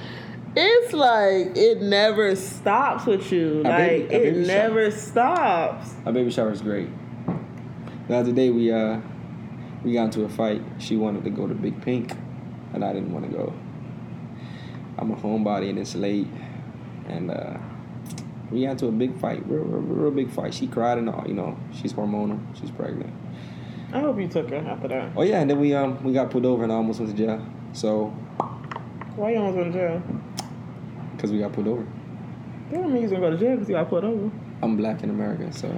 A: It's like it never stops with you.
B: A baby-
A: like
B: a baby
A: it
B: shower.
A: never stops.
B: A baby shower is great. The other day we uh we got into a fight. She wanted to go to Big Pink, and I didn't want to go. I'm a homebody and it's late, and uh, we got into a big fight, real, real, real big fight. She cried and all, you know. She's hormonal. She's pregnant.
A: I hope you took her after that.
B: Oh yeah, and then we um we got pulled over and I almost went to jail. So
A: Why you almost went to jail?
B: because we got pulled over.
A: That don't mean you gonna go to jail because you got pulled over.
B: I'm black in America, so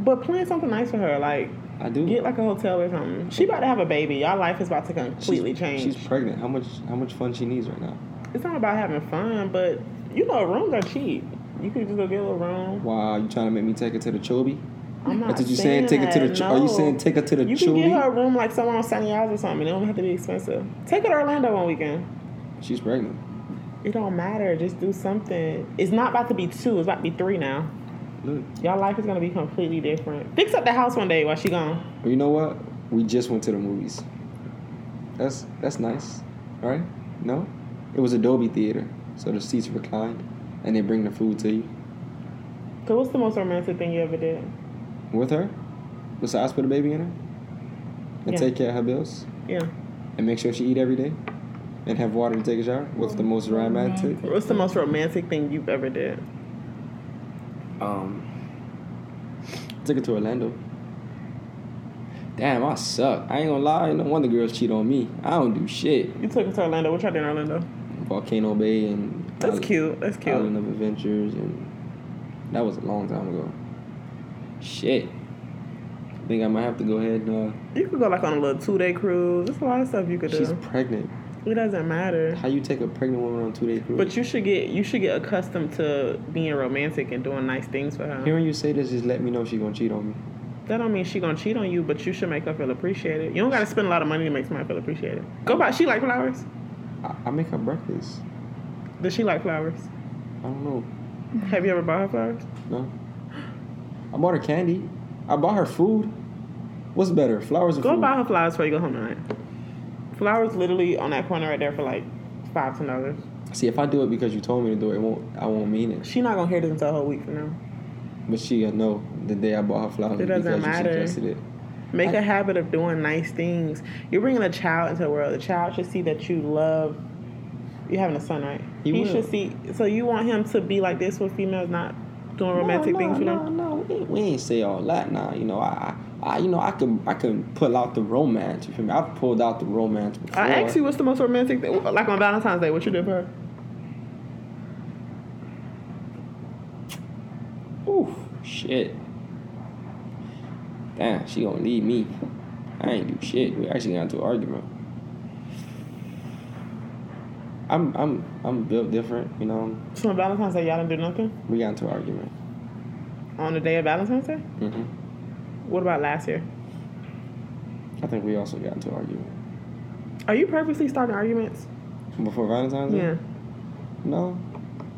A: But plan something nice for her. Like
B: I do.
A: get like a hotel or something. She about to have a baby. Y'all life is about to completely
B: she's,
A: change.
B: She's pregnant. How much how much fun she needs right now?
A: it's not about having fun, but you know rooms are cheap. You could just go get a little room.
B: Wow, you trying to make me take her to the Chobe?
A: I'm not.
B: That's what you saying? Take her to the
A: that,
B: ch- are you
A: no.
B: saying take her to the
A: You can get
B: Chewy?
A: her a room like somewhere on Sunny Isles or something. It don't have to be expensive. Take her to Orlando one weekend.
B: She's pregnant.
A: It don't matter. Just do something. It's not about to be two. It's about to be three now.
B: Look,
A: Y'all life is gonna be completely different. Fix up the house one day while she gone.
B: you know what? We just went to the movies. That's that's nice, right? No, it was Adobe Theater, so the seats reclined, and they bring the food to you
A: So what's the most romantic thing you ever did?
B: with her. Besides, put a baby in her and
A: Yeah.
B: take care of her bills.
A: Yeah.
B: and make sure she eat every day and have water to take a shower. What's the most romantic?
A: What's the most romantic thing you've ever did?
B: Um, took her to Orlando. Damn, I suck. I ain't gonna lie. No wonder girls cheat on me. I don't do shit.
A: You took her to Orlando. What y'all did in Orlando?
B: Volcano Bay and
A: That's
B: Island-
A: cute. That's cute.
B: Island of Adventures, and that was a long time ago. Shit, I think I might have to go ahead and. Uh,
A: You could go like on a little two day cruise. There's a lot of stuff you could
B: she's
A: do.
B: pregnant.
A: It doesn't matter.
B: How you take a pregnant woman on two day cruise?
A: But you should get you should get accustomed to being romantic and doing nice things for her.
B: Hearing you say this just let me know she gonna cheat on me.
A: That don't mean she gonna cheat on you, but you should make her feel appreciated. You don't gotta spend a lot of money to make somebody feel appreciated. Go buy. She like flowers.
B: I, I make her breakfast.
A: Does she like flowers?
B: I don't know.
A: Have you ever bought her flowers?
B: No. I bought her candy. I bought her food. What's better, flowers or
A: Go
B: food?
A: buy her flowers before you go home tonight. Flowers literally on that corner right there for like five ten dollars.
B: See, if I do it because you told me to do it, it won't. I won't mean it.
A: She not gonna hear this until a whole week from now.
B: But she gonna know the day I bought her flowers
A: It doesn't
B: because
A: matter.
B: you suggested it.
A: Make
B: I-
A: a habit of doing nice things. You're bringing a child into the world. The child should see that you love. You're having a son, right?
B: He will.
A: should see. So you want him to be like this with females not doing romantic
B: no, no,
A: things with
B: No,
A: him.
B: no, we ain't, we ain't say all that now. you know, I, I, I- you know, I can, I can pull out the romance. You feel me? I've pulled out the romance before.
A: I asked you what's the most romantic thing, like on Valentine's Day, what you did for her.
B: Oof, shit. Damn, she gonna leave me. I ain't do shit. We actually got into an argument. I'm I'm I'm built different, you know.
A: So on Valentine's Day, y'all didn't do nothing?
B: We got into an argument.
A: On the day of Valentine's Day?
B: hmm
A: What about last year?
B: I think we also got into an argument
A: Are you purposely starting arguments?
B: before Valentine's Day.
A: Yeah.
B: No,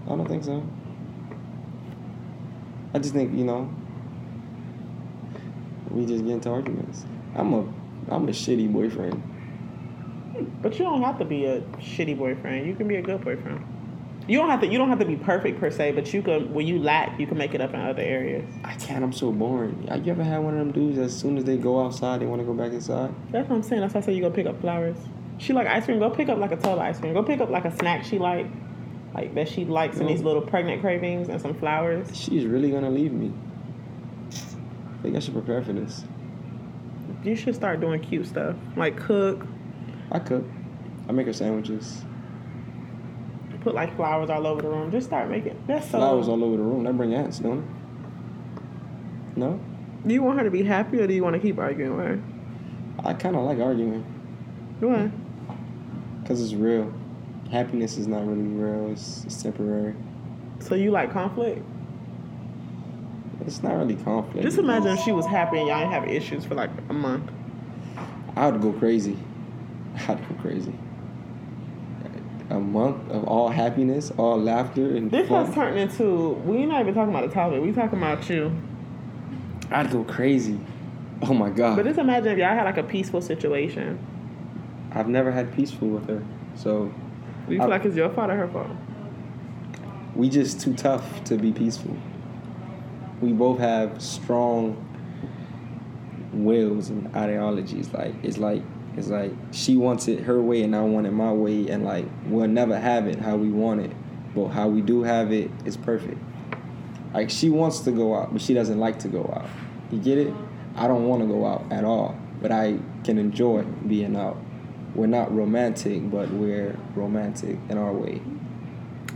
B: I don't think so. I just think you know, we just get into arguments. I'm a I'm a shitty boyfriend.
A: But you don't have to be a shitty boyfriend. You can be a good boyfriend. You don't have to. You don't have to be perfect per se, but you can. When you lack, you can make it up in other areas.
B: I can't. I'm so boring. You ever had one of them dudes? As soon as they go outside, they want to go back inside.
A: That's what I'm saying. That's why I say you go pick up flowers. She like ice cream. Go pick up like a tub of ice cream. Go pick up like a snack she like, like that she likes, and these little pregnant cravings and some flowers.
B: She's really gonna leave me. I think I should prepare for this.
A: You should start doing cute stuff like cook,
B: I cook. I make her sandwiches.
A: put like flowers all over the room. Just start making. That's so.
B: Flowers all over the room. That bring ants, don't it? No.
A: Do you want her to be happy or do you want to keep arguing with her?
B: I kind of like arguing
A: What?
B: because it's real. Happiness is not really real. It's, it's temporary.
A: So you like conflict?
B: It's not really conflict.
A: Just imagine if she was happy and y'all didn't have issues for like a month.
B: I would go crazy. I'd go crazy. A month of all happiness, all laughter, and
A: This
B: fun.
A: has turned into we're not even talking about the topic. We talking about you.
B: I'd go crazy. Oh my god.
A: But just imagine if y'all had like a peaceful situation.
B: I've never had peaceful with her. So
A: Do you feel like it's your fault or her fault?
B: we just too tough to be peaceful. We both have strong wills and ideologies. Like it's like it's like she wants it her way and I want it my way and like we'll never have it how we want it. But how we do have it is perfect. Like she wants to go out, but she doesn't like to go out. You get it? I don't want to go out at all, but I can enjoy being out. We're not romantic, but we're romantic in our way.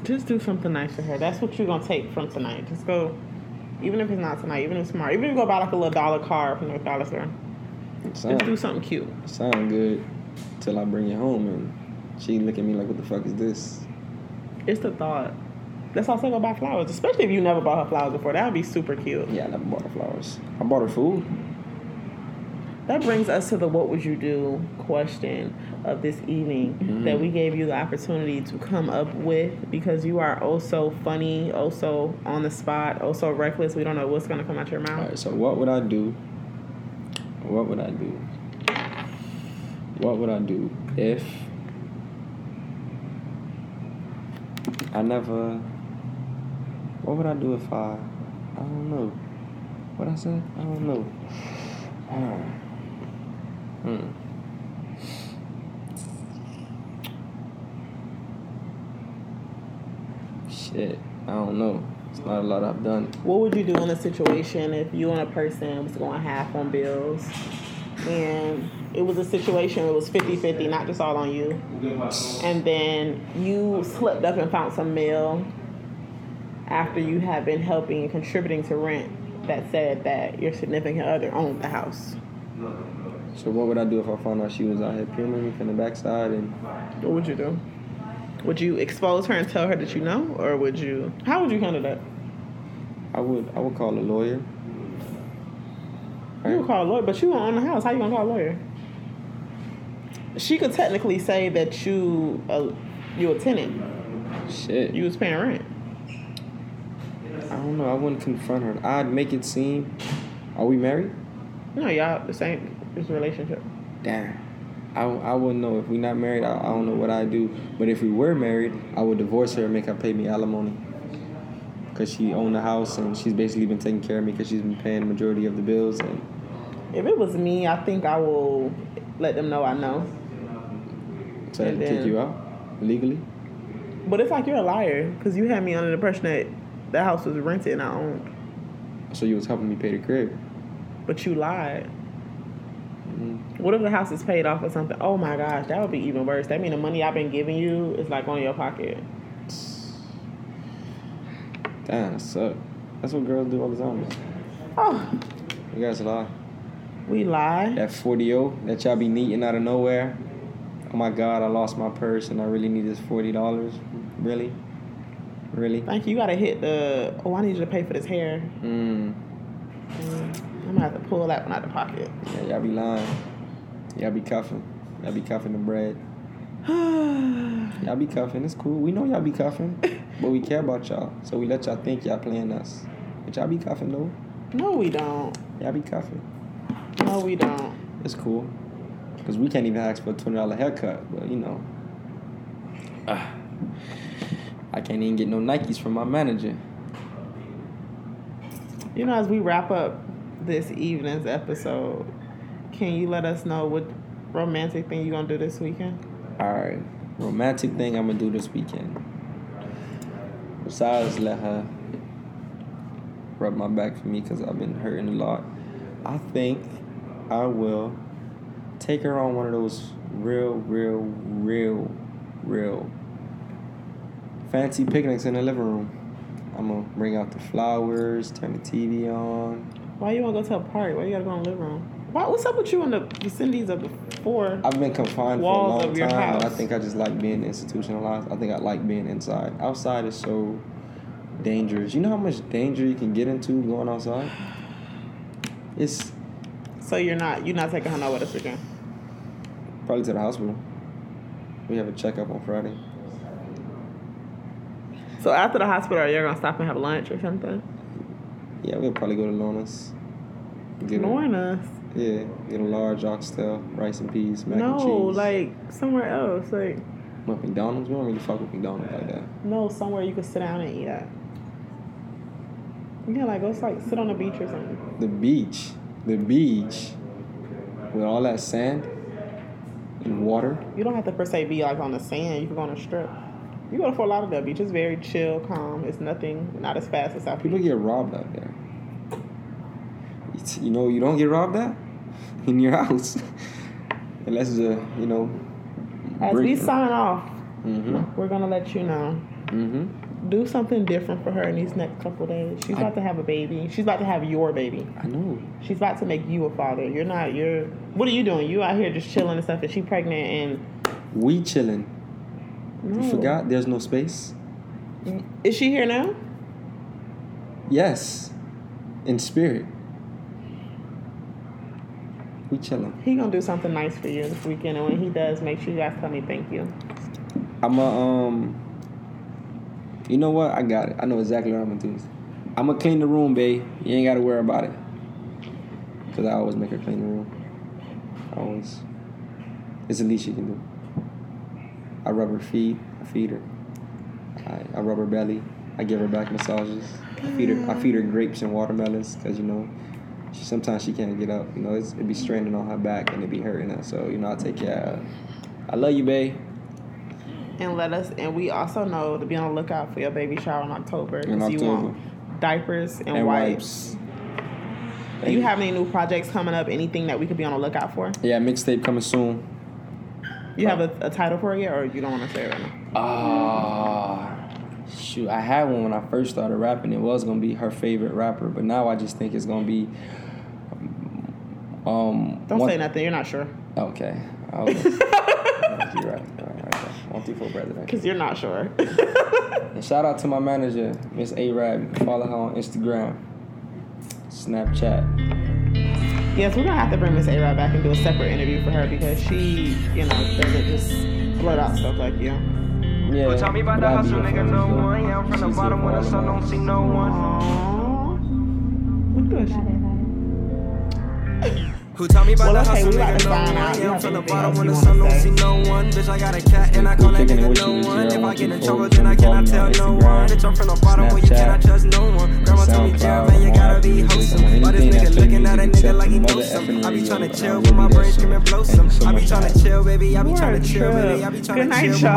A: Just do something nice for her. That's what you're gonna take from tonight. Just go, even if it's not tonight, even if it's tomorrow, even if you go buy like a little dollar car from the dollar store. Just do
B: Sound,
A: something cute.
B: sound good till I bring it home and she look at me like, what the fuck is this?
A: It's the thought. That's why I say go buy flowers, especially if you never bought her flowers before. That would be super cute.
B: Yeah, I never bought her flowers. I bought her food.
A: That brings us to the what would you do question of this evening that we gave you the opportunity to come up with because you are also funny, also on the spot, also reckless. We don't know what's going to come out your
B: All
A: mouth.
B: right, so what would I do? What would I do? What would I do if I never? What would I do if I? I don't know. What I said? I don't know. Hmm. Hmm. Shit, I don't know. It's not a lot I've done.
A: What would you do in a situation if you and a person was going half on bills and it was a situation where it was 50-50, not just all on you. And then you slipped up and found some mail after you had been helping and contributing to rent that said that your significant other owned the house.
B: So what would I do if I found out she was out here peeling me from the backside? And
A: What would you do? Would you expose her and tell her that you know, or would you? How would you handle that?
B: I would I would call a lawyer.
A: You would call a lawyer, but you don't own the house. How you gonna call a lawyer? She could technically say that you uh, you a tenant.
B: Shit.
A: You was paying rent.
B: I don't know. I wouldn't confront her. I'd make it seem. Are we married?
A: No, y'all the same. It's a relationship.
B: Damn. I, I wouldn't know if we not married. I, I don't know what I do. But if we were married, I would divorce her and make her pay me alimony. Cause she owned the house and she's basically been taking care of me because she's been paying the majority of the bills and
A: If it was me, I think I will let them know I know.
B: so I
A: And
B: can kick
A: then-
B: you out legally.
A: But it's like you're a liar because you had me under the impression that the house was rented and I owned,
B: So you was helping me pay the crib.
A: but you lied.
B: Mm.
A: What if the house is paid off or something? Oh my gosh, that would be even worse. That mean the money I've been giving you is like on your pocket.
B: Damn, that suck. That's what girls do all the time.
A: Oh,
B: You guys lie.
A: we lie.
B: That 40 o that y'all be needing out of nowhere. Oh my God, I lost my purse and I really need this forty dollars. Really, really.
A: Thank you. You gotta hit the. Oh, I need you to pay for this hair.
B: Mm.
A: Mm, I'm gonna have to pull that one out of the pocket.
B: Yeah, y'all be lying. Y'all be cuffing. Y'all be cuffing the bread. Y'all be cuffing. It's cool. We know y'all be cuffing, but we care about y'all, so we let y'all think y'all playing us. But y'all be cuffing though.
A: no, we don't.
B: Y'all be cuffing.
A: No, we don't.
B: It's cool, cause we can't even ask for a twenty dollar haircut. But you know, Ah. I can't even get no Nikes from my manager.
A: You know, as we wrap up this evening's episode, can you let us know what romantic thing you gonna do this weekend?
B: All right, romantic thing I'm gonna do this weekend. Besides, let her rub my back for me because I've been hurting a lot. I think I will take her on one of those real, real, real, real fancy picnics in the living room. I'm gonna bring out the flowers, turn the TV on.
A: Why you wanna go to a party? Why you gotta go in the living room? Why, what's up with you in the vicinities of the four?
B: I've been confined for a
A: Walls
B: long
A: of your
B: time, and I
A: house.
B: think I just like being institutionalized. I think I like being inside. Outside is so dangerous. You know how much danger you can get into going outside? It's
A: So you're not you're not taking her nowhere this weekend.
B: probably to the hospital. We have a checkup on Friday.
A: So after the hospital, you're gonna stop and have lunch or something?
B: Yeah, we'll probably go to Lorna's. Get
A: Ignoring us.
B: A, yeah, get a large oxtail, rice and peas, mac and
A: No,
B: cheese.
A: like somewhere else. Like
B: What, McDonald's. We don't really fuck with McDonald's like that.
A: no, somewhere you could sit down and eat at. Yeah, like go like sit on the beach or something.
B: The beach, the beach, with all that sand and water.
A: You don't have to per se be like on the sand. You can go on a strip. You go to Fort Lauderdale Beach. It's very chill, calm. It's nothing, not as fast as South
B: People
A: Beach.
B: get robbed out there. It's- You know, you don't get robbed at in your house, unless it's a you know.
A: As we sign off,
B: Mm-hmm.
A: we're gonna let you know.
B: Mm-hmm.
A: Do something different for her in these next couple days. She's about to have a baby. She's about to have your baby.
B: I know.
A: She's about to make you a father. You're not. You're. What are you doing? You out here just chilling and stuff, and she pregnant
B: We chilling.
A: and.
B: You forgot? There's no space.
A: Is she here now?
B: Yes, in spirit. We chilling.
A: He gonna do something nice for you this weekend, and when he does, make sure you guys tell me thank you.
B: I'm a um. You know what? I got it. I know exactly what I'm gonna do. I'm gonna clean the room, babe. You ain't gotta worry about it. Cause I always make her clean the room. Always. It's the least she can do. I rub her feet. I feed her. I, I rub her belly. I give her back massages. I feed her. I feed her grapes and watermelons. Cause you know, she, sometimes she can't get up. You know, it's, it'd be straining on her back and it'd be hurting her. So you know, I take care. of her. I love you, babe.
A: And let us. And we also know to be on the lookout for your baby shower in October
B: In
A: because you
B: October.
A: want diapers and,
B: and
A: wipes.
B: wipes.
A: Do you have any new projects coming up? Anything that we could be on the lookout for?
B: Yeah, mixtape coming soon.
A: You have a, a title for it yet, or you don't want to say it right now?
B: Ah, shoot! I had one when I first started rapping. It was gonna be her favorite rapper, but now I just think it's gonna be. Um,
A: Don't
B: one-
A: say nothing. You're not sure
B: Okay. I was, you're right. You're right, you're right. One, two, four, brother.
A: because you're not sure.
B: And shout out to my manager, Miss Arab. Follow her on Instagram, Snapchat.
A: yes, we're gonna have to bring Miss A-Rod back and do a separate interview for her because she, you know, doesn't just blurt out stuff like you.
B: Yeah.
D: Don't tell me about
B: but
D: the
B: I be
D: hustle,
B: here for
D: nigga,
B: her,
D: no
B: so
D: one. Yeah, I'm from
B: she's
D: the
B: here
D: bottom
B: for
D: when the
B: all of
D: sun
B: us.
D: don't see no one.
A: Aww. What doing?
C: Got it, got it.
D: Who tell me about
A: Well,
D: the
A: okay,
D: hustle,
A: we about
D: nigga,
A: to
D: no
A: find out.
D: one.
A: You
D: Yeah, I'm
A: have
D: from the
A: anything
D: bottom
A: else
D: when
A: you
D: the
A: wanna
D: sun don't
A: say?
D: see no one. Bitch, I got a cat and I call that
B: Kicking it
D: nigga
B: with
D: no
B: you is
D: one.
B: zero,
D: If I
B: one,
D: get
B: two,
D: in
B: four,
D: trouble,
B: you
D: then I
B: can follow
D: cannot
B: me
D: tell
B: on
D: no
B: Instagram,
D: one. Bitch, I'm from the bottom when you
B: Snapchat,
D: cannot trust no one. Grandma told me,
B: SoundCloud,
D: Jerry, man, you
B: on
D: gotta
B: Apple
D: be
B: Music,
D: wholesome.
B: on
D: Why this
B: anything
D: nigga
B: that's
D: looking at a
B: music
D: nigga
B: except
D: like he
B: for mother
D: knows something?
B: effing
D: I
B: radio,
D: be tryna
B: and I
D: chill,
B: will
D: but my
B: be there
D: brain
B: soon.
D: screaming blow
B: Thank
D: some.
B: you so
D: I be
B: much,
D: tryna
B: guys.
D: chill,
A: You
D: baby. I be
A: are a
D: tryna chill,
A: trip.
D: baby. I be
A: Good
D: tryna
A: night,
D: chill, but
A: y'all.
D: my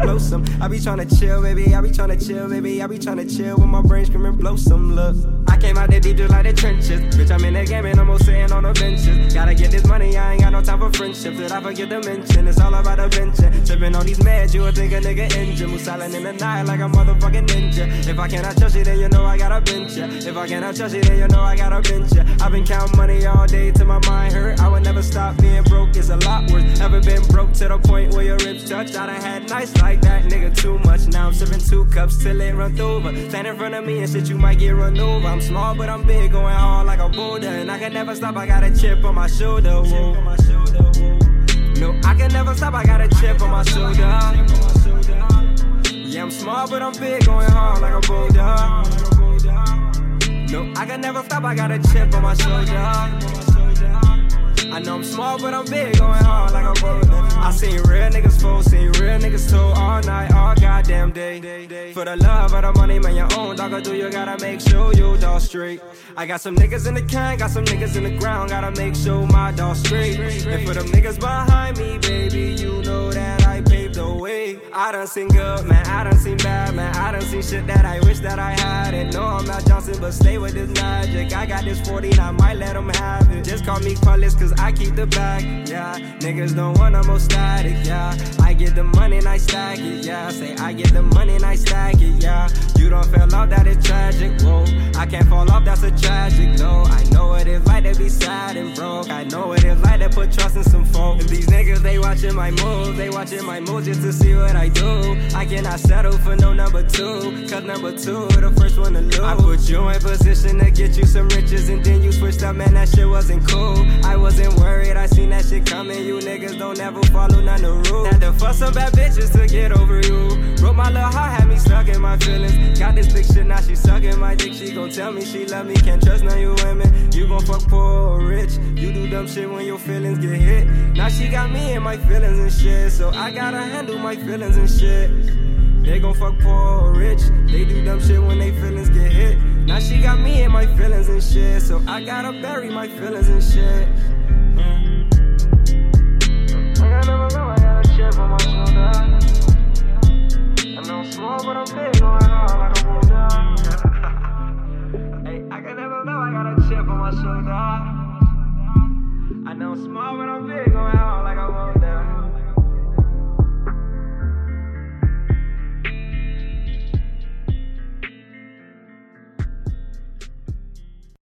D: brain screaming blow some. I be tryna chill, baby. I be tryna chill, baby. I be tryna chill with my brain screaming blow some. Look, I came out the deep just like the trenches. Bitch, I'm in the game and I'm almost sitting on the benches. Gotta get this money, I ain't got no time for friendships. Did I forget to mention? It's all about adventure. Tripping on these meds, you would think a nigga engine. Who's silent in the night like a motherfucking ninja. If I cannot trust you, then you know I gotta bench ya. If I cannot trust you, then you know I gotta bench ya. I've been counting money all day till my mind hurt. I would never stop being broke, it's a lot worse. Ever been broke to the point where your ribs touch? I done had nights like that, nigga, too much. Now I'm sipping two cups till it runs over. Stand in front of me and shit, you might get run over. I'm small, but I'm big, going hard like a boulder. And I can never stop, I got a chip on my shoulder. Whoa. No, I can never stop, I got a chip on my shoulder. Yeah, I'm small, but I'm big, going hard like a boulder. No, I can never stop, I got a chip on my shoulder. I know I'm small, but I'm big, going hard like a roller. I seen real niggas fold, seen real niggas toe all night, all goddamn day. For the love of the money, man, your own dog do you gotta make sure you dog straight. I got some niggas in the can, got some niggas in the ground, gotta make sure my dog straight. And for them niggas behind me, baby, you know that I paved the way. I done seen good, man, I done seen bad, man, I done seen shit that I wish that I had. And no, I'm not Johnson, but stay with this magic. I got this 40, I might let them have it. Just call me Cullis, cause I keep the bag, yeah. Niggas don't want no more static, yeah. I get the money and I stack it, yeah. Say I get the money and I stack it, yeah. You don't fell off, that is tragic, whoa. I can't fall off, that's a tragic, though. I know what it's like to be sad and broke. I know what it's like to put trust in some folk. And these niggas, they watching my moves, they watching my moves just to see what I do. I cannot settle for no number two, cause number two, the first one to lose. I put you in position to get you some riches, and then you switched up, man, that shit wasn't cool. I wasn't worried, I seen that shit coming. You niggas don't ever follow none of the rules. Had to fuck some bad bitches to get over you. Broke my little heart, had me stuck in my feelings. Got this big shit, now she sucking my dick. She gon' tell me she love me, can't trust none of you women. You gon' fuck poor or rich. You do dumb shit when your feelings get hit. Now she got me in my feelings and shit. So I gotta handle my feelings and shit. They gon' fuck poor or rich. They do dumb shit when they feelings get hit. Now she got me in my feelings and shit. So I gotta bury my feelings and shit. Mm. I gotta remember I got a chip on my shoulder. I know I'm small, but I'm big, going hard like oh, a bulldog. hey, I can never know I got a chip on my shoulder. I know I'm small, but I'm big, going hard.